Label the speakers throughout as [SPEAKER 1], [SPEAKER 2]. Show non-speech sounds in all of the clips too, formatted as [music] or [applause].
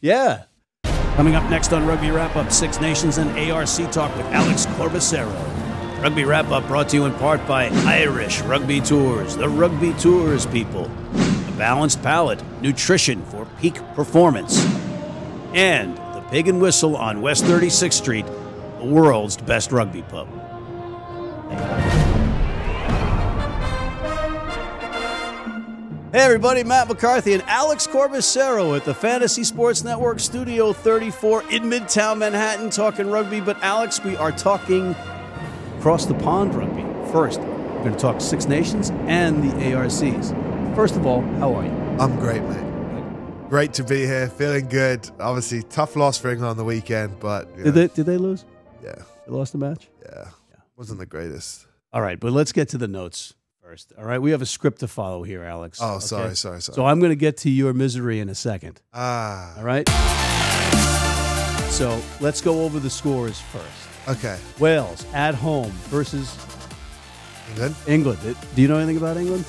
[SPEAKER 1] Yeah.
[SPEAKER 2] Coming up next on Rugby Wrap Up, Six Nations and ARC Talk with Alex Corbicero. Rugby Wrap Up brought to you in part by Irish Rugby Tours, the rugby tours people, a balanced palate, nutrition for peak performance, and the Pig and Whistle on West 36th Street, the world's best rugby pub.
[SPEAKER 1] Hey everybody, Matt McCarthy and Alex Corbicero at the Fantasy Sports Network Studio 34 in Midtown Manhattan talking rugby. But Alex, we are talking across the pond rugby. First, we're going to talk Six Nations and the ARCs. First of all, how are you?
[SPEAKER 3] I'm great, mate. Great to be here. Feeling good. Obviously, tough loss for England on the weekend, but you know,
[SPEAKER 1] Did they, did they lose?
[SPEAKER 3] yeah,
[SPEAKER 1] They lost the match?
[SPEAKER 3] yeah, wasn't the greatest.
[SPEAKER 1] All right, but let's get to the notes first. All right, we have a script to follow here, Alex.
[SPEAKER 3] Oh,
[SPEAKER 1] okay?
[SPEAKER 3] sorry, sorry, sorry.
[SPEAKER 1] So I'm going to get to your misery in a second.
[SPEAKER 3] ah,
[SPEAKER 1] All right. So let's go over the scores first.
[SPEAKER 3] okay.
[SPEAKER 1] Wales at home versus
[SPEAKER 3] England,
[SPEAKER 1] England. It- do you know anything about England?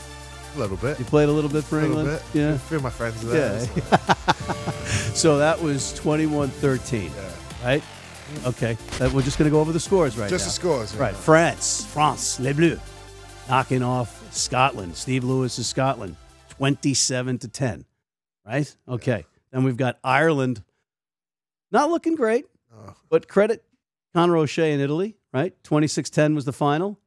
[SPEAKER 3] a little bit,
[SPEAKER 1] You played a little bit for
[SPEAKER 3] a little
[SPEAKER 1] England?
[SPEAKER 3] bit.
[SPEAKER 1] Yeah.
[SPEAKER 3] A few of my friends are there.
[SPEAKER 1] Yeah.
[SPEAKER 3] so-
[SPEAKER 1] So that was 21 13,
[SPEAKER 3] yeah.
[SPEAKER 1] right? Okay. That, we're just going to go over the scores right
[SPEAKER 3] Just
[SPEAKER 1] now.
[SPEAKER 3] the scores.
[SPEAKER 1] Right.
[SPEAKER 3] yeah.
[SPEAKER 1] France, France, Les Bleus, knocking off Scotland. Steve Lewis is Scotland, 27 to 10, right? Okay. Then we've got Ireland, not looking great,
[SPEAKER 3] Oh,
[SPEAKER 1] but credit Conor O'Shea in Italy, right? 26 10 was the final.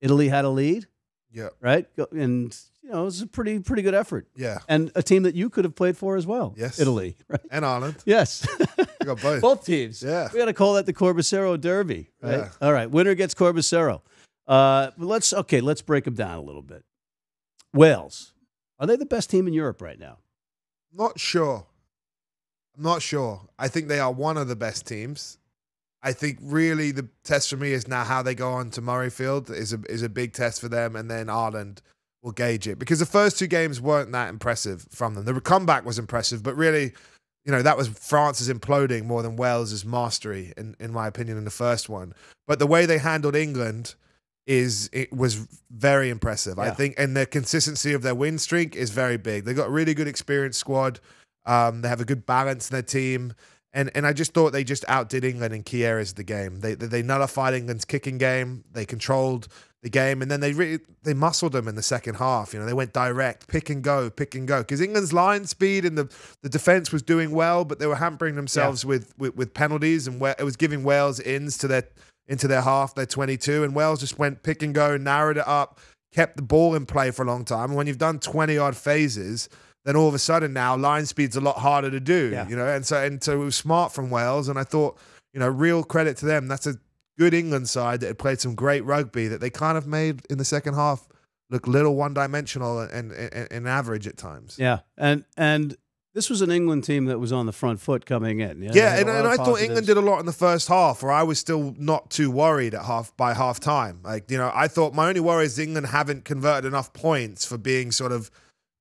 [SPEAKER 1] Italy had a lead,
[SPEAKER 3] yeah,
[SPEAKER 1] right? Go- And, you know, it was a pretty, pretty good effort.
[SPEAKER 3] yeah,
[SPEAKER 1] And a team that you could have played for as well.
[SPEAKER 3] Yes.
[SPEAKER 1] Italy, [laughs] right?
[SPEAKER 3] and Ireland. [laughs]
[SPEAKER 1] Yes.
[SPEAKER 3] We
[SPEAKER 1] [laughs]
[SPEAKER 3] got both.
[SPEAKER 1] Both teams.
[SPEAKER 3] Yeah.
[SPEAKER 1] We got to call that the Corbicero Derby. Right.
[SPEAKER 3] Yeah.
[SPEAKER 1] All right. Winner gets Corbicero. Uh, but let's okay. Let's break them down a little bit. Wales. Are they the best team in Europe right now?
[SPEAKER 3] Not sure. I'm not sure. I think they are one of the best teams. I think really the test for me is now how they go on to Murrayfield is a is a big test for them, and then Ireland will gauge it because the first two games weren't that impressive from them. The comeback was impressive, but really, you know, that was France's imploding more than Wales's mastery, in in my opinion, in the first one. But the way they handled England is it was very impressive. I
[SPEAKER 1] Yeah.
[SPEAKER 3] think, and the consistency of their win streak is very big. They got a really good experienced squad. Um, they have a good balance in their team. And, and I just thought they just outdid England in key areas of the game. They, they they nullified England's kicking game. They controlled the game, and then they really they muscled them in the second half. You know they went direct, pick and go, pick and go. Because England's line speed and the the defense was doing well, but they were hampering themselves with, with with penalties, and where it was giving Wales ins to their into their half, their 22, and Wales just went pick and go, narrowed it up, kept the ball in play for a long time. And when you've done 20 odd phases, then all of a sudden now line speed's a lot harder to do,
[SPEAKER 1] Yeah.
[SPEAKER 3] you know. And so and so it was smart from Wales, and I thought, you know, real credit to them. That's a good England side that had played some great rugby that they kind of made in the second half look little one dimensional and, and and average at times.
[SPEAKER 1] Yeah. And and this was an England team that was on the front foot coming in. You know, they
[SPEAKER 3] Yeah,
[SPEAKER 1] had
[SPEAKER 3] and,
[SPEAKER 1] a lot
[SPEAKER 3] and
[SPEAKER 1] of
[SPEAKER 3] I thought England
[SPEAKER 1] positives.
[SPEAKER 3] did a lot in the first half, where I was still not too worried at half by half time. Like you know, I thought my only worry is England haven't converted enough points for being sort of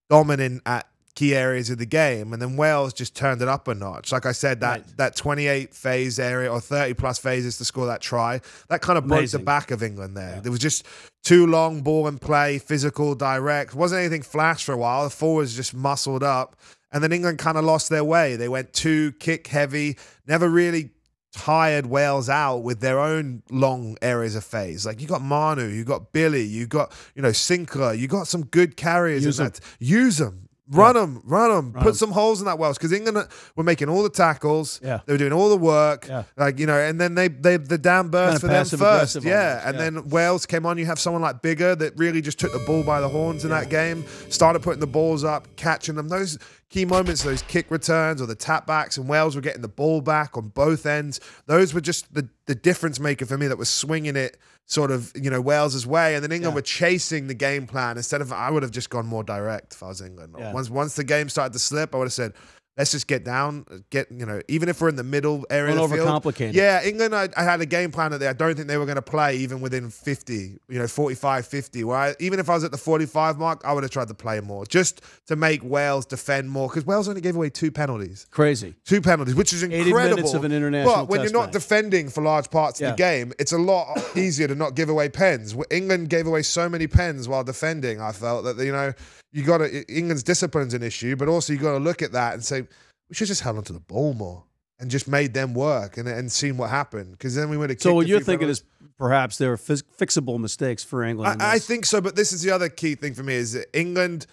[SPEAKER 3] dominant at key areas of the game, and then Wales just turned it up a notch. Like I said, that
[SPEAKER 1] Right.
[SPEAKER 3] that twenty eight phase area or thirty plus phases to score that try, that kind of broke the
[SPEAKER 1] Amazing.
[SPEAKER 3] back of England there. There was just too long ball and play, physical, direct. Wasn't anything flash for a while. The forwards just muscled up. And then England kind of lost their way. They went too kick heavy, never really tired Wales out with their own long areas of phase. Like you got Manu, you got Billy, you got, you know, Sinclair, you got some good carriers
[SPEAKER 1] Use
[SPEAKER 3] in
[SPEAKER 1] 'em.
[SPEAKER 3] that. Use them. Run them, run them,
[SPEAKER 1] Run
[SPEAKER 3] put
[SPEAKER 1] 'em.
[SPEAKER 3] some holes in that Welsh because England were making all the tackles.
[SPEAKER 1] Yeah.
[SPEAKER 3] They were doing all the work.
[SPEAKER 1] Yeah.
[SPEAKER 3] Like, you know, and then they, they the down burst for them
[SPEAKER 1] passive
[SPEAKER 3] first.
[SPEAKER 1] aggressive
[SPEAKER 3] Yeah.
[SPEAKER 1] almost,
[SPEAKER 3] And
[SPEAKER 1] yeah.
[SPEAKER 3] then Wales came on. You have someone like Bigger that really just took the ball by the horns in that game, started putting the balls up, catching them. Those key moments, those kick returns or the tap backs, and Wales were getting the ball back on both ends. Those were just the, the difference maker for me that was swinging it sort of, you know, Wales's way. And then England
[SPEAKER 1] Yeah.
[SPEAKER 3] were chasing the game plan instead of, I would have just gone more direct if I was England.
[SPEAKER 1] Yeah.
[SPEAKER 3] Once, once the game started to slip, I would have said, Let's just get down, get you know. Even if we're in the middle area
[SPEAKER 1] Don't
[SPEAKER 3] of the field,
[SPEAKER 1] overcomplicate it.
[SPEAKER 3] yeah, yeah, England, I, I had a game plan that they, I don't think they were going to play even within 50, you know, 45, 50. Where I, even if I was at the 45 mark, I would have tried to play more just to make Wales defend more because Wales only gave away two penalties.
[SPEAKER 1] crazy.
[SPEAKER 3] Two penalties, which is
[SPEAKER 1] 80
[SPEAKER 3] incredible.
[SPEAKER 1] minutes of an international
[SPEAKER 3] But when
[SPEAKER 1] test
[SPEAKER 3] you're not
[SPEAKER 1] match.
[SPEAKER 3] defending for large parts
[SPEAKER 1] Yeah.
[SPEAKER 3] of the game, it's a
[SPEAKER 1] [coughs]
[SPEAKER 3] lot easier to not give away pens. Wh- England gave away so many pens while defending. I felt that you know you got to England's discipline's an issue, but also you got to look at that and say we should just held onto the ball more and just made them work and and seen what happened. Because then we would have.
[SPEAKER 1] So what
[SPEAKER 3] kicked a
[SPEAKER 1] you're
[SPEAKER 3] few
[SPEAKER 1] thinking
[SPEAKER 3] penalties.
[SPEAKER 1] is perhaps there are fix- fixable mistakes for England. in
[SPEAKER 3] I, I
[SPEAKER 1] this.
[SPEAKER 3] think so, but this is the other key thing for me is that England.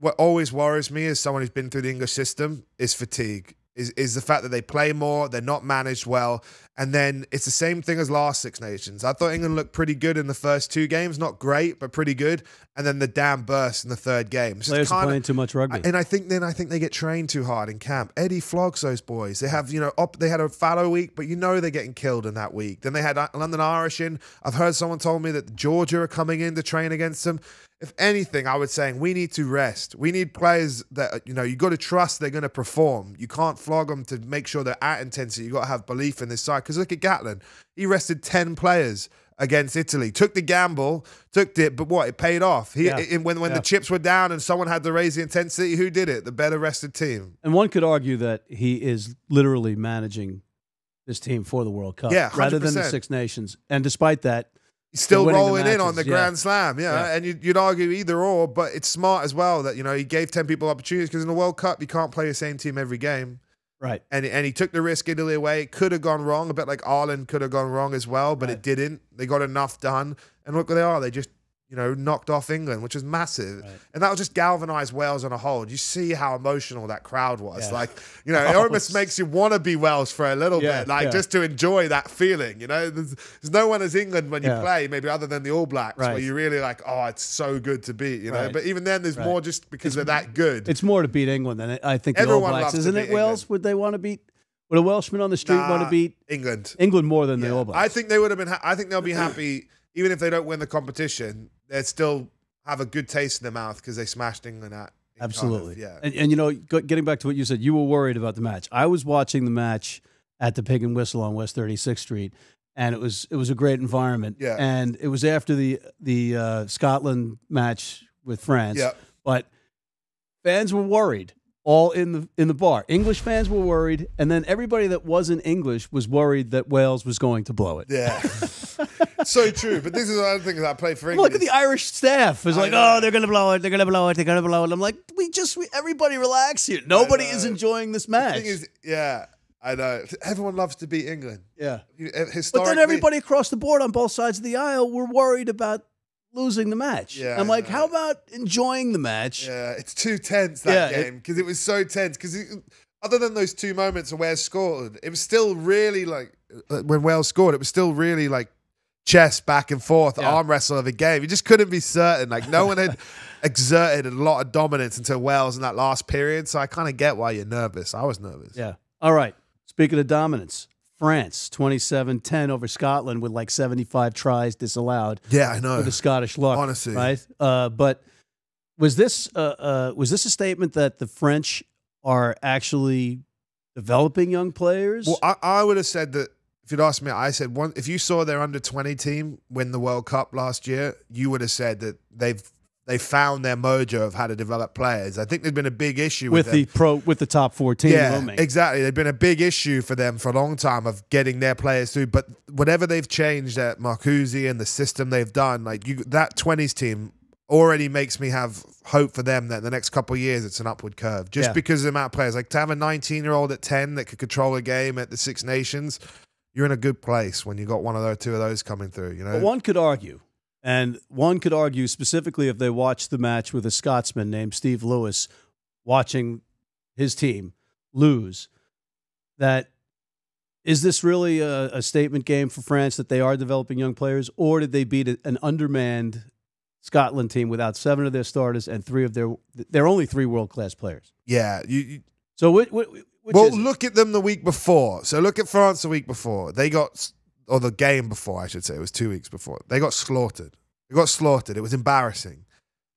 [SPEAKER 3] What always worries me as someone who's been through the English system is fatigue. Is is the fact that they play more, they're not managed well, and then it's the same thing as last Six Nations. I thought England looked pretty good in the first two games, not great, but pretty good, and then the damn burst in the third game. So
[SPEAKER 1] players
[SPEAKER 3] it's
[SPEAKER 1] are
[SPEAKER 3] kinda-
[SPEAKER 1] playing too much rugby.
[SPEAKER 3] and I think then I think they get trained too hard in camp. Eddie flogs those boys. They have you know op, they had a fallow week, but you know they're getting killed in that week. Then they had uh, London Irish in. I've heard someone told me that Georgia are coming in to train against them. If anything, I would say we need to rest. We need players that uh, you know you got to trust they're going to perform. You can't flog them to make sure they're at intensity. You got to have belief in this side. Because look at Gatlin, he rested ten players against Italy. Took the gamble, took it, but what it paid off. He
[SPEAKER 1] Yeah.
[SPEAKER 3] it- when when
[SPEAKER 1] Yeah.
[SPEAKER 3] the chips were down and someone had to raise the intensity, who did it? The better rested team.
[SPEAKER 1] And one could argue that he is literally managing this team for the World Cup
[SPEAKER 3] Yeah,
[SPEAKER 1] rather than the
[SPEAKER 3] 100%.
[SPEAKER 1] Six Nations. And despite that,
[SPEAKER 3] Still
[SPEAKER 1] winning the
[SPEAKER 3] rolling in on the
[SPEAKER 1] matches, yeah.
[SPEAKER 3] Grand Slam, yeah.
[SPEAKER 1] Yeah.
[SPEAKER 3] And you'd, you'd argue either or, but it's smart as well that you know he gave ten people opportunities because in the World Cup you can't play the same team every game.
[SPEAKER 1] right.
[SPEAKER 3] And and he took the risk Italy away. It could have gone wrong, a bit like Ireland could have gone wrong as well, but
[SPEAKER 1] Right.
[SPEAKER 3] it didn't. They got enough done, and look where they are. They just you know knocked off England, which is massive,
[SPEAKER 1] Right.
[SPEAKER 3] and that will just galvanise Wales on a whole. You see how emotional that crowd was.
[SPEAKER 1] Yeah.
[SPEAKER 3] Like you know,
[SPEAKER 1] [laughs]
[SPEAKER 3] it
[SPEAKER 1] Oh,
[SPEAKER 3] almost
[SPEAKER 1] it's-
[SPEAKER 3] makes you want to be Welsh for a little
[SPEAKER 1] Yeah,
[SPEAKER 3] bit, like
[SPEAKER 1] yeah.
[SPEAKER 3] just to enjoy that feeling. You know, there's, there's no one as England when you
[SPEAKER 1] Yeah.
[SPEAKER 3] play, maybe other than the All Blacks,
[SPEAKER 1] Right.
[SPEAKER 3] where you're really like, oh, it's so good to beat. You know,
[SPEAKER 1] Right.
[SPEAKER 3] but even then, there's
[SPEAKER 1] Right.
[SPEAKER 3] more just because they're that good.
[SPEAKER 1] It's more to beat England than it- I think the All
[SPEAKER 3] Everyone
[SPEAKER 1] Blacks,
[SPEAKER 3] loves to
[SPEAKER 1] isn't
[SPEAKER 3] beat
[SPEAKER 1] it? Wales
[SPEAKER 3] England.
[SPEAKER 1] would they want to beat? Would a Welshman on the street want
[SPEAKER 3] Nah.
[SPEAKER 1] to beat
[SPEAKER 3] England.
[SPEAKER 1] England more than the
[SPEAKER 3] Yeah.
[SPEAKER 1] All Blacks?
[SPEAKER 3] I think they would have been. Ha- I think they'll be happy [clears throat] even if they don't win the competition. They'd still have a good taste in their mouth because they smashed England at. in Cardiff.
[SPEAKER 1] Absolutely.
[SPEAKER 3] Yeah.
[SPEAKER 1] And, and you know, go- getting back to what you said, you were worried about the match. I was watching the match at the Pig and Whistle on West 36th Street, and it was it was a great environment.
[SPEAKER 3] Yeah.
[SPEAKER 1] And it was after the the uh, Scotland match with France.
[SPEAKER 3] Yeah.
[SPEAKER 1] But fans were worried all in the in the bar. English fans were worried, and then everybody that wasn't English was worried that Wales was going to blow it.
[SPEAKER 3] Yeah.
[SPEAKER 1] [laughs]
[SPEAKER 3] so true. But this is another thing that I play for England.
[SPEAKER 1] Look at the Irish staff. It's
[SPEAKER 3] I
[SPEAKER 1] like,
[SPEAKER 3] know.
[SPEAKER 1] oh, they're gonna blow it. They're gonna blow it. They're gonna blow it. I'm like, we just, we, everybody relax here. Nobody is
[SPEAKER 3] know.
[SPEAKER 1] enjoying this
[SPEAKER 3] The
[SPEAKER 1] match.
[SPEAKER 3] thing is, yeah, I know. Everyone loves to beat England.
[SPEAKER 1] yeah.
[SPEAKER 3] You- uh, Historically,
[SPEAKER 1] But then everybody across the board on both sides of the aisle were worried about losing the match.
[SPEAKER 3] Yeah,
[SPEAKER 1] I'm
[SPEAKER 3] I
[SPEAKER 1] like,
[SPEAKER 3] know.
[SPEAKER 1] how about enjoying the match?
[SPEAKER 3] Yeah, it's too tense that
[SPEAKER 1] Yeah, it-
[SPEAKER 3] game because it, was so tense. Because other than those two moments where Wales scored, it was still really like uh, when Wales scored, it was still really like chess back and forth,
[SPEAKER 1] Yeah.
[SPEAKER 3] arm wrestle of a game. You just couldn't be certain. Like no
[SPEAKER 1] [laughs]
[SPEAKER 3] one had exerted a lot of dominance until Wales in that last period. So I kind of get why you're nervous. I was nervous.
[SPEAKER 1] Yeah. All right. Speaking of dominance, France 27 10 over Scotland with like 75 tries disallowed
[SPEAKER 3] Yeah, I
[SPEAKER 1] for
[SPEAKER 3] know. [sighs]
[SPEAKER 1] the Scottish luck.
[SPEAKER 3] honestly.
[SPEAKER 1] Right? Uh, but was this, uh, uh, was this a statement that the French are actually developing young players?
[SPEAKER 3] Well, I, I would have said that if you'd asked me, I said one. If you saw their under twenty team win the World Cup last year, you would have said that they've they found their mojo of how to develop players. I think there's been a big issue with,
[SPEAKER 1] with the
[SPEAKER 3] them.
[SPEAKER 1] pro, with the top 14
[SPEAKER 3] yeah,
[SPEAKER 1] roaming.
[SPEAKER 3] exactly. They've been a big issue for them for a long time of getting their players through. But whatever they've changed at Marcuzzi and the system they've done, like you, that twenties team already makes me have hope for them that the next couple of years it's an upward curve just
[SPEAKER 1] Yeah.
[SPEAKER 3] because of the amount of players. Like to have a 19 year old at 10 that could control a game at the Six Nations, you're in a good place when you got one of those, two of those coming through. You know,
[SPEAKER 1] But one could argue, and one could argue specifically if they watched the match with a Scotsman named Steve Lewis watching his team lose, that is this really a, a statement game for France that they are developing young players, or did they beat a- an undermanned Scotland team without seven of their starters and three of their they're only three world class players?
[SPEAKER 3] yeah, you, you
[SPEAKER 1] So what? what which
[SPEAKER 3] well,
[SPEAKER 1] is it?
[SPEAKER 3] look at them the week before. So look at France the week before. They got, or the game before, I should say. It was two weeks before. They got slaughtered. They got slaughtered. It was embarrassing.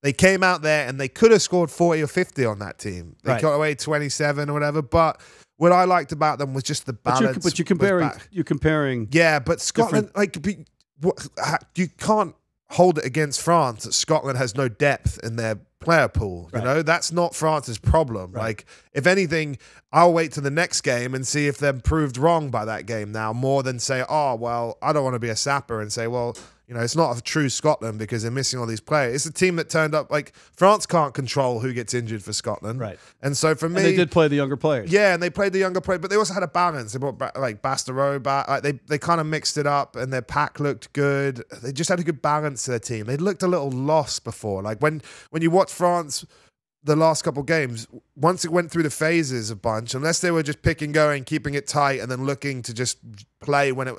[SPEAKER 3] They came out there and they could have scored 40 or 50 on that team. They
[SPEAKER 1] Right.
[SPEAKER 3] got away 27 or whatever. But what I liked about them was just the
[SPEAKER 1] but
[SPEAKER 3] balance.
[SPEAKER 1] you're, but you're
[SPEAKER 3] was
[SPEAKER 1] comparing
[SPEAKER 3] back.
[SPEAKER 1] you're comparing
[SPEAKER 3] Yeah, but Scotland, like, be, what, ha- you can't hold it against France that Scotland has no depth in their player pool. You
[SPEAKER 1] Right.
[SPEAKER 3] know, that's not France's problem.
[SPEAKER 1] Right.
[SPEAKER 3] Like, if anything, I'll wait to the next game and see if they're proved wrong by that game now, more than say, oh, well, I don't want to be a sapper and say, well, You know, it's not a true Scotland because they're missing all these players. It's a team that turned up like France can't control who gets injured for Scotland,
[SPEAKER 1] Right.
[SPEAKER 3] And so for me,
[SPEAKER 1] And they did play the younger players.
[SPEAKER 3] yeah, and they played the younger player, but they also had a balance. They brought ba- like Bastero back. Like they they kind of mixed it up, and their pack looked good. They just had a good balance to their team. They looked a little lost before. Like when when you watch France, the last couple games, once it went through the phases a bunch, unless they were just picking, going, keeping it tight, and then looking to just play when it.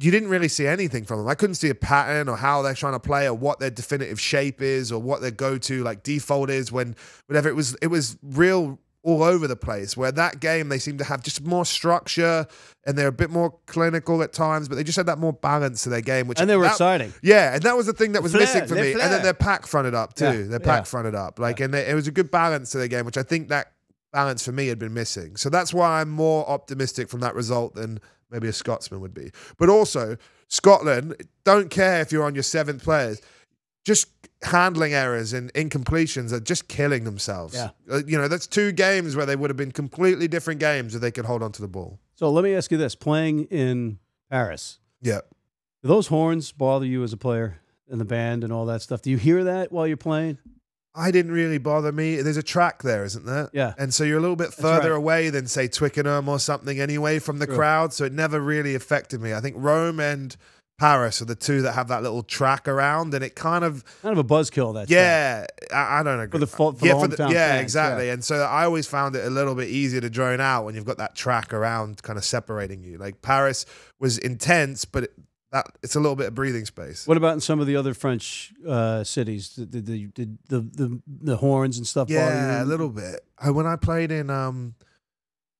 [SPEAKER 3] You didn't really see anything from them. I couldn't see a pattern or how they're trying to play or what their definitive shape is or what their go-to like default is when whatever it was. It was real all over the place. Where that game they seem to have just more structure and they're a bit more clinical at times, but they just had that more balance to their game. Which
[SPEAKER 1] And they were
[SPEAKER 3] that-
[SPEAKER 1] exciting.
[SPEAKER 3] yeah, and that was the thing that was
[SPEAKER 1] Flair,
[SPEAKER 3] missing for
[SPEAKER 1] their
[SPEAKER 3] me.
[SPEAKER 1] flair.
[SPEAKER 3] And then their pack fronted up too.
[SPEAKER 1] Yeah,
[SPEAKER 3] Their pack
[SPEAKER 1] yeah.
[SPEAKER 3] fronted up, like, and they, it was a good balance to their game, which I think that balance for me had been missing. So that's why I'm more optimistic from that result than maybe a Scotsman would be. But also Scotland, don't care if you're on your seventh players. Just handling errors and incompletions are just killing themselves.
[SPEAKER 1] Yeah.
[SPEAKER 3] Uh, You know, that's two games where they would have been completely different games if they could hold on to the ball.
[SPEAKER 1] So let me ask you this: playing in Paris,
[SPEAKER 3] Yeah.
[SPEAKER 1] do those horns bother you as a player and the band and all that stuff? Do you hear that while you're playing?
[SPEAKER 3] I didn't really bother me. There's a track there, isn't there?
[SPEAKER 1] Yeah.
[SPEAKER 3] And so you're a little bit further
[SPEAKER 1] right.
[SPEAKER 3] away than say Twickenham or something anyway from the
[SPEAKER 1] True.
[SPEAKER 3] crowd, so it never really affected me. I think Rome and Paris are the two that have that little track around, and it kind of
[SPEAKER 1] Kind of a buzzkill. That
[SPEAKER 3] yeah, I, I don't agree.
[SPEAKER 1] the fo- for the
[SPEAKER 3] yeah,
[SPEAKER 1] hometown
[SPEAKER 3] yeah,
[SPEAKER 1] fans,
[SPEAKER 3] exactly. And so I always found it a little bit easier to drone out when you've got that track around, kind of separating you. Like Paris was intense, but it, that it's a little bit of breathing space.
[SPEAKER 1] What about in some of the other French uh, cities? Did, did, did, did the, the the horns and stuff? bother
[SPEAKER 3] Yeah,
[SPEAKER 1] you?
[SPEAKER 3] a little bit. I, when I played in um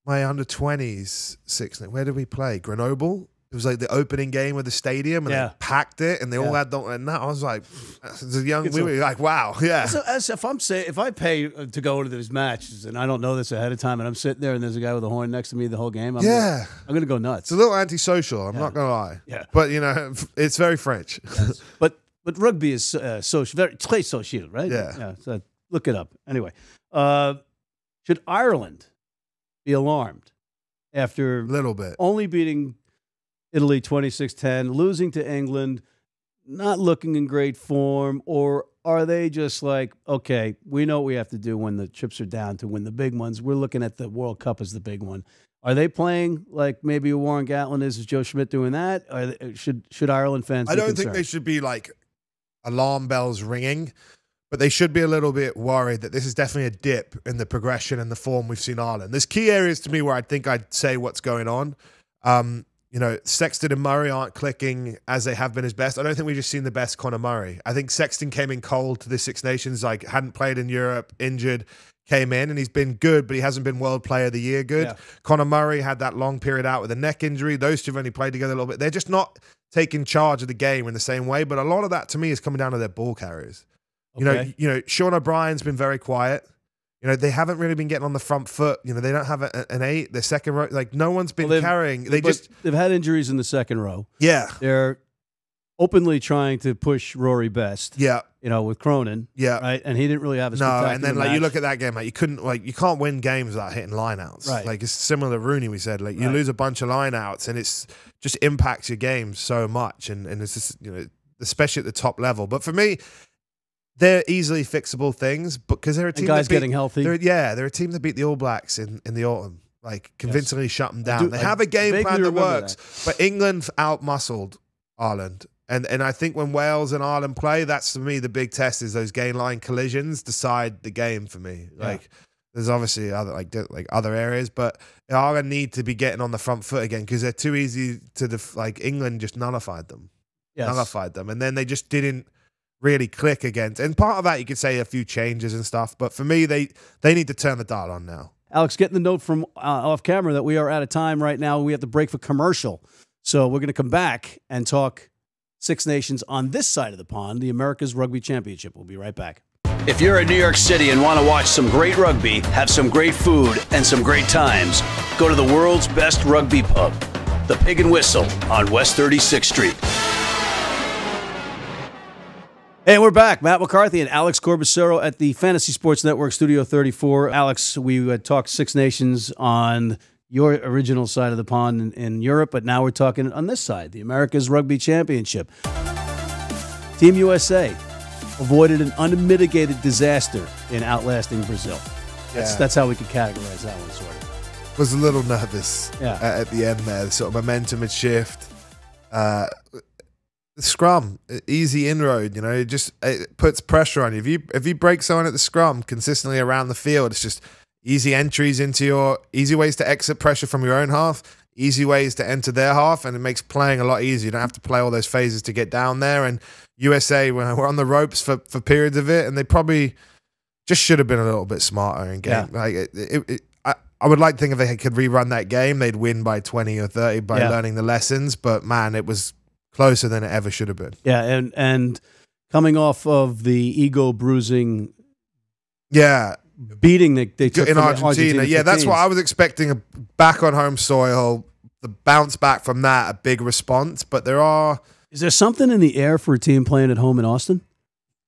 [SPEAKER 3] my under twenties six, where did we play? Grenoble. It was like the opening game of the stadium, and
[SPEAKER 1] Yeah.
[SPEAKER 3] they packed it, and they all
[SPEAKER 1] Yeah.
[SPEAKER 3] had the, and that I was like, as a young,
[SPEAKER 1] It's
[SPEAKER 3] we
[SPEAKER 1] a-
[SPEAKER 3] were like, wow, yeah,
[SPEAKER 1] So as if I'm saying, if I pay uh, to go to these matches and I don't know this ahead of time, and I'm sitting there and there's a guy with a horn next to me the whole game, I'm gonna,
[SPEAKER 3] yeah.
[SPEAKER 1] I'm gonna go nuts.
[SPEAKER 3] It's a little antisocial. I'm not gonna lie.
[SPEAKER 1] Yeah.
[SPEAKER 3] but you know, [laughs] it's very French.
[SPEAKER 1] [laughs] but but rugby is uh, social, very très social, right?
[SPEAKER 3] Yeah.
[SPEAKER 1] so look it up anyway. Uh, should Ireland be alarmed
[SPEAKER 3] a
[SPEAKER 1] after
[SPEAKER 3] little bit.
[SPEAKER 1] only beating Italy 26-10, losing to England, not looking in great form, or are they just like, okay, we know what we have to do when the chips are down to win the big ones. We're looking at the World Cup as the big one. Are they playing like maybe Warren Gatlin is? Is Joe Schmidt doing that? Are they, should should Ireland fans?
[SPEAKER 3] I
[SPEAKER 1] be
[SPEAKER 3] don't think they
[SPEAKER 1] concerned?
[SPEAKER 3] should be like alarm bells ringing, but they should be a little bit worried that this is definitely a dip in the progression and the form we've seen Ireland. There's key areas to me where I think I'd say what's going on. Um, you know, Sexton and Murray aren't clicking as they have been as best. I don't think we've just seen the best Connor Murray. I think Sexton came in cold to the Six Nations, like hadn't played in Europe, injured, came in, and he's been good, but he hasn't been World Player of the Year good.
[SPEAKER 1] Yeah.
[SPEAKER 3] Connor Murray had that long period out with a neck injury. Those two have only played together a little bit. They're just not taking charge of the game in the same way. But a lot of that to me is coming down to their ball carriers. You know,
[SPEAKER 1] Okay.
[SPEAKER 3] you know, Sean O'Brien's been very quiet. You know, they haven't really been getting on the front foot. You know, they don't have a, an eight. Their second row, like no one's been
[SPEAKER 1] Well, they've-
[SPEAKER 3] carrying. They
[SPEAKER 1] But
[SPEAKER 3] just
[SPEAKER 1] they've had injuries in the second row.
[SPEAKER 3] yeah,
[SPEAKER 1] They're openly trying to push Rory Best,
[SPEAKER 3] yeah,
[SPEAKER 1] you know, with Cronin,
[SPEAKER 3] yeah.
[SPEAKER 1] right? And he didn't really have a
[SPEAKER 3] Uh, No,
[SPEAKER 1] spectacular
[SPEAKER 3] and then like you
[SPEAKER 1] match.
[SPEAKER 3] look at that game, like you couldn't like you can't win games without hitting lineouts.
[SPEAKER 1] Right.
[SPEAKER 3] Like it's similar to Rooney, we said. Like you
[SPEAKER 1] Right.
[SPEAKER 3] lose a bunch of lineouts, and it's just impacts your game so much, and and it's just you know especially at the top level. But for me, they're easily fixable things because they're a
[SPEAKER 1] and
[SPEAKER 3] team.
[SPEAKER 1] guys
[SPEAKER 3] that beat,
[SPEAKER 1] getting healthy.
[SPEAKER 3] they're, yeah, they're a team that beat the All Blacks in in the autumn. Like convincingly shut them down.
[SPEAKER 1] do-
[SPEAKER 3] they
[SPEAKER 1] I
[SPEAKER 3] have a game
[SPEAKER 1] vaguely
[SPEAKER 3] plan that
[SPEAKER 1] remember
[SPEAKER 3] works, but England outmuscled Ireland. And and I think when Wales and Ireland play, that's for me the big test is those game line collisions decide the game for me.
[SPEAKER 1] Yeah.
[SPEAKER 3] Like there's obviously other like di- like other areas, but Ireland need to be getting on the front foot again because they're too easy to def- like England just nullified them
[SPEAKER 1] Yes.
[SPEAKER 3] nullified them. And then they just didn't really click against. And part of that, you could say a few changes and stuff. But for me, they they need to turn the dial on now.
[SPEAKER 1] Alex, getting the note from uh, off camera that we are out of time right now. We have to break for commercial. So we're going to come back and talk Six Nations on this side of the pond, the America's Rugby Championship. We'll be right back.
[SPEAKER 2] If you're in New York City and want to watch some great rugby, have some great food, and some great times, go to the world's best rugby pub, the Pig and Whistle on West 36th Street.
[SPEAKER 1] And we're back. Matt McCarthy and Alex Corbicero at the Fantasy Sports Network Studio 34. Alex, we had talked Six Nations on your original side of the pond in, in Europe, but now we're talking on this side, the America's Rugby Championship. Team USA avoided an unmitigated disaster in outlasting Brazil. That's,
[SPEAKER 3] Yeah.
[SPEAKER 1] that's how we could categorize that one, sort of.
[SPEAKER 3] was a little nervous
[SPEAKER 1] Yeah.
[SPEAKER 3] uh, at the end there. Sort of momentum had shift. Uh, the scrum, uh, easy inroad. You know, it just it puts pressure on you. If you if you break someone at the scrum consistently around the field, it's just easy entries into your easy ways to exit pressure from your own half. Easy ways to enter their half, and it makes playing a lot easier. You don't have to play all those phases to get down there. And USA were were on the ropes for, for periods of it, and they probably just should have been a little bit smarter in game. Like it, it, it, I, I would like to think if they could rerun that game, they'd win by twenty or thirty by
[SPEAKER 1] Yeah.
[SPEAKER 3] learning the lessons. But man, it was closer than it ever should have been.
[SPEAKER 1] Yeah, and, and coming off of the ego bruising
[SPEAKER 3] Yeah,
[SPEAKER 1] beating they, they took
[SPEAKER 3] in
[SPEAKER 1] from the
[SPEAKER 3] Argentina. Yeah, that's what I was expecting. A, back on home soil, the bounce back from that, a big response. But there are
[SPEAKER 1] Is there something in the air for a team playing at home in Austin?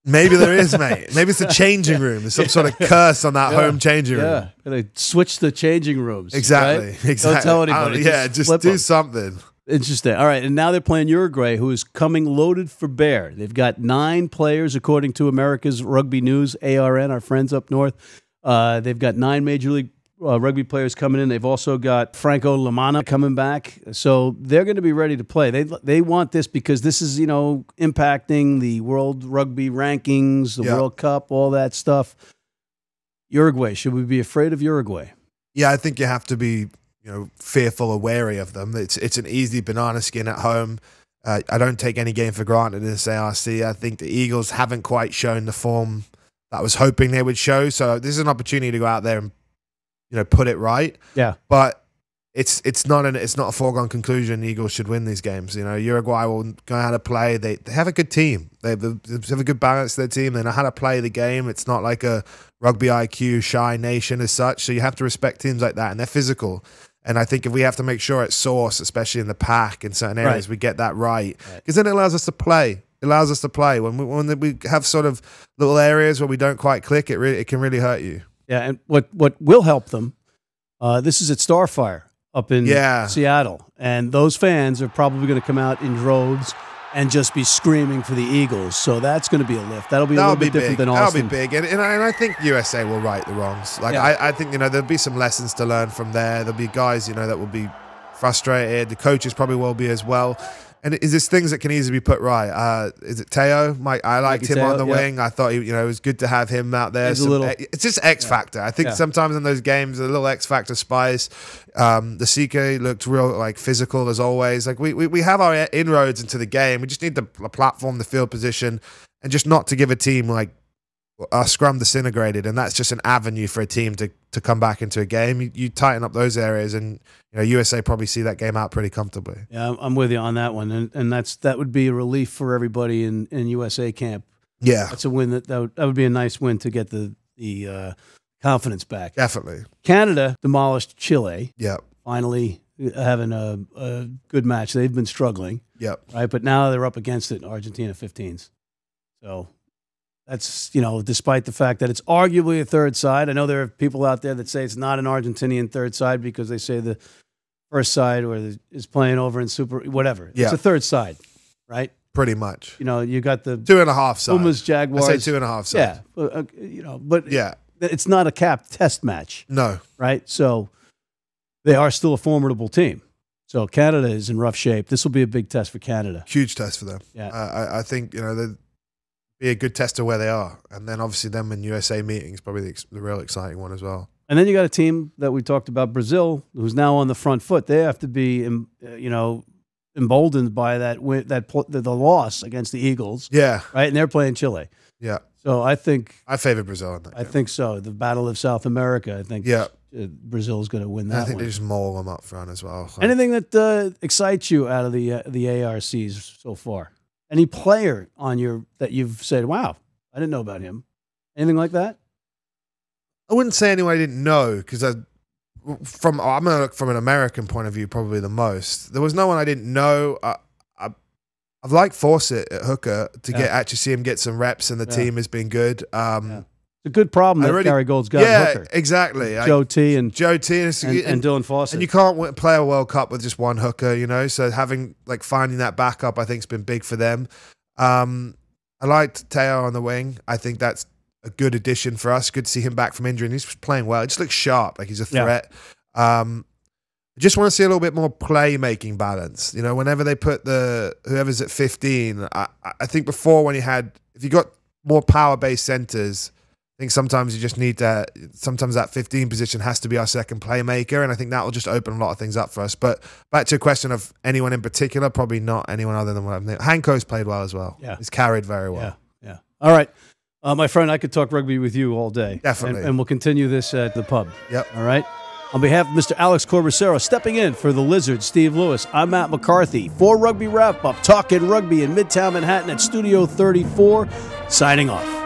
[SPEAKER 3] maybe
[SPEAKER 1] [laughs]
[SPEAKER 3] there is, mate. Maybe it's the changing room. There's some sort of curse on that
[SPEAKER 1] Yeah.
[SPEAKER 3] home changing room.
[SPEAKER 1] Yeah, they switch the changing rooms.
[SPEAKER 3] Exactly.
[SPEAKER 1] right?
[SPEAKER 3] Exactly.
[SPEAKER 1] Don't tell
[SPEAKER 3] I
[SPEAKER 1] anybody.
[SPEAKER 3] yeah,
[SPEAKER 1] just,
[SPEAKER 3] just,
[SPEAKER 1] flip
[SPEAKER 3] do
[SPEAKER 1] 'em.
[SPEAKER 3] something.
[SPEAKER 1] Interesting. All right, and now they're playing Uruguay, who is coming loaded for bear. They've got nine players, according to America's Rugby News (ARN), our friends up north. Uh, they've got nine major league uh, rugby players coming in. They've also got Franco Lamana coming back, so they're going to be ready to play. They they want this because this is you know impacting the World Rugby rankings, the
[SPEAKER 3] Yeah.
[SPEAKER 1] World Cup, all that stuff. Uruguay, should we be afraid of Uruguay?
[SPEAKER 3] Yeah, I think you have to be, you know, fearful or wary of them. It's it's an easy banana skin at home. Uh, I don't take any game for granted in this ARC. I think the Eagles haven't quite shown the form that I was hoping they would show. So this is an opportunity to go out there and, you know, put it right.
[SPEAKER 1] Yeah.
[SPEAKER 3] But it's it's not an it's not a foregone conclusion. The Eagles should win these games. You know, Uruguay will know how to play. They they have a good team. They have a, they have a good balance to their team. They know how to play the game. It's not like a rugby IQ shy nation as such. So you have to respect teams like that, and they're physical. And I think if we have to make sure at source, especially in the pack in certain areas, we get that right, because then it allows us to play. It allows us to play when we when we have sort of little areas where we don't quite click. It really it can really hurt you.
[SPEAKER 1] Yeah, and what what will help them? Uh, this is at Starfire up in
[SPEAKER 3] Yeah.
[SPEAKER 1] Seattle, and those fans are probably going to come out in droves and just be screaming for the Eagles. So that's going to be a lift. That'll be a
[SPEAKER 3] That'll
[SPEAKER 1] little bit
[SPEAKER 3] be
[SPEAKER 1] different
[SPEAKER 3] big.
[SPEAKER 1] than
[SPEAKER 3] That'll
[SPEAKER 1] Austin.
[SPEAKER 3] be big, and and I, and I think USA will right the wrongs. Like
[SPEAKER 1] Yeah.
[SPEAKER 3] I, I think you know there'll be some lessons to learn from there. There'll be guys you know that will be frustrated. The coaches probably will be as well. And is this things that can easily be put right? Uh, is it Teo? Mike, I liked
[SPEAKER 1] Mikey
[SPEAKER 3] him on
[SPEAKER 1] Teo,
[SPEAKER 3] the
[SPEAKER 1] yeah.
[SPEAKER 3] wing. I thought he, you know it was good to have him out there.
[SPEAKER 1] He's a
[SPEAKER 3] Some- e,
[SPEAKER 1] little-
[SPEAKER 3] it's just X factor. I think
[SPEAKER 1] Yeah.
[SPEAKER 3] sometimes in those games a little X factor spice. Um, the CK looked real like physical as always. Like we, we we have our inroads into the game. We just need the platform, the field position, and just not to give a team like our scrum disintegrated, and that's just an avenue for a team to to come back into a game. You, you tighten up those areas, and you know USA probably see that game out pretty comfortably.
[SPEAKER 1] Yeah, I'm- I'm with you on that one, and and that's that would be a relief for everybody in in USA camp.
[SPEAKER 3] Yeah,
[SPEAKER 1] That's a win that that would, that would be a nice win to get the the uh, confidence back.
[SPEAKER 3] definitely.
[SPEAKER 1] Canada demolished Chile.
[SPEAKER 3] Yeah,
[SPEAKER 1] Finally, uh, having a, a good match. They've been struggling.
[SPEAKER 3] yeah.
[SPEAKER 1] right? But now they're up against it, Argentina 15s. So that's, you know, despite the fact that it's arguably a third side. I know there are people out there that say it's not an Argentinian third side because they say the first side or the, is playing over in super, whatever.
[SPEAKER 3] Yeah.
[SPEAKER 1] It's a third side, right?
[SPEAKER 3] Pretty much
[SPEAKER 1] You know, you got the
[SPEAKER 3] two and a half sides.
[SPEAKER 1] Pumas,
[SPEAKER 3] I
[SPEAKER 1] Jaguars.
[SPEAKER 3] say two and a half sides.
[SPEAKER 1] yeah. but, uh, you know, but
[SPEAKER 3] Yeah.
[SPEAKER 1] it's not a cap test match,
[SPEAKER 3] No.
[SPEAKER 1] right? So they are still a formidable team. So Canada is in rough shape. This will be a big test for Canada.
[SPEAKER 3] huge test for them.
[SPEAKER 1] Yeah.
[SPEAKER 3] Uh, I, I think you know they'd be a good test of where they are, and then obviously them in USA meetings probably the, ex- the real exciting one as well.
[SPEAKER 1] And then you got a team that we talked about, Brazil, who's now on the front foot. They have to be, em- uh, you know, emboldened by that win, that pl- the, the loss against the Eagles,
[SPEAKER 3] Yeah,
[SPEAKER 1] right? And they're playing Chile,
[SPEAKER 3] yeah.
[SPEAKER 1] so I think
[SPEAKER 3] I favor Brazil in that.
[SPEAKER 1] I
[SPEAKER 3] game.
[SPEAKER 1] think so. The Battle of South America, I think,
[SPEAKER 3] Yeah.
[SPEAKER 1] uh, Brazil is going to win
[SPEAKER 3] And I
[SPEAKER 1] that
[SPEAKER 3] think
[SPEAKER 1] one.
[SPEAKER 3] they just maul them up front as well. Like,
[SPEAKER 1] Anything that uh, excites you out of the uh, the ARCs so far? Any player on your that you've said, "Wow, I didn't know about him." Anything like that?
[SPEAKER 3] I wouldn't say anyone I didn't know because I, from I'm gonna look from an American point of view probably the most. There was no one I didn't know. I, I, I've liked Fawcett at hooker to get
[SPEAKER 1] Yeah.
[SPEAKER 3] actually see him get some reps, and the
[SPEAKER 1] Yeah.
[SPEAKER 3] team has been good. Um,
[SPEAKER 1] Yeah. It's a good problem
[SPEAKER 3] I
[SPEAKER 1] that
[SPEAKER 3] really-
[SPEAKER 1] Gary Gold's got.
[SPEAKER 3] yeah,
[SPEAKER 1] Hooker,
[SPEAKER 3] exactly. I-
[SPEAKER 1] Joe T, and
[SPEAKER 3] Joe T and,
[SPEAKER 1] and, and Dylan Fawcett.
[SPEAKER 3] And you can't w- play a World Cup with just one hooker, you know. So having like finding that backup, I think, has been big for them. Um, I liked Teo on the wing. I think that's a good addition for us. Good to see him back from injury, and he's playing well. He just looks sharp, like he's a
[SPEAKER 1] Yeah.
[SPEAKER 3] threat. Um, I just want to see a little bit more playmaking balance. You know, whenever they put the whoever's at fifteen, I, I I think before when you had if you got more power based centers, I think sometimes you just need to. Sometimes that fifteen position has to be our second playmaker, and I think that will just open a lot of things up for us. But back to your question of anyone in particular, probably not anyone other than what I've named. Hanko's played well as well.
[SPEAKER 1] Yeah.
[SPEAKER 3] he's carried very well.
[SPEAKER 1] Yeah, yeah. All right, uh, my friend, I could talk rugby with you all day. And-
[SPEAKER 3] Definitely.
[SPEAKER 1] And, we'll continue this at the pub.
[SPEAKER 3] Yep.
[SPEAKER 1] All right. On behalf of Mr. Alex Corbacero, stepping in for the Lizard, Steve Lewis, I'm Matt McCarthy for Rugby Wrap Up, talking rugby in Midtown Manhattan at Studio 34, signing off.